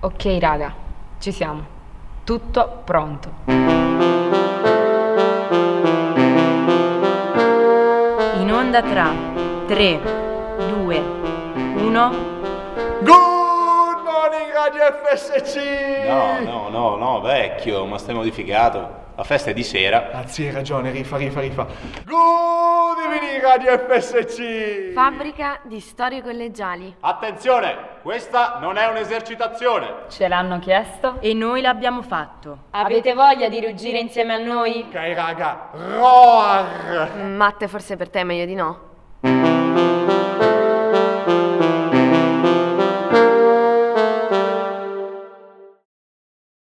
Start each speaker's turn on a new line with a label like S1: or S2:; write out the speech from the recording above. S1: Ok raga, ci siamo. Tutto pronto.
S2: In onda tra 3, 2, 1.
S3: Good morning Radio FSC!
S4: No, no, no, no, vecchio, ma stai modificato. La festa è di sera.
S3: Anzi, hai ragione, rifa, rifa, rifa. Good evening Radio FSC!
S5: Fabbrica di storie collegiali.
S4: Attenzione, questa non è un'esercitazione.
S1: Ce l'hanno chiesto?
S2: E noi l'abbiamo fatto.
S6: Avete voglia di ruggire insieme a noi?
S3: Ok raga, roar!
S5: Matte, forse per te è meglio di no.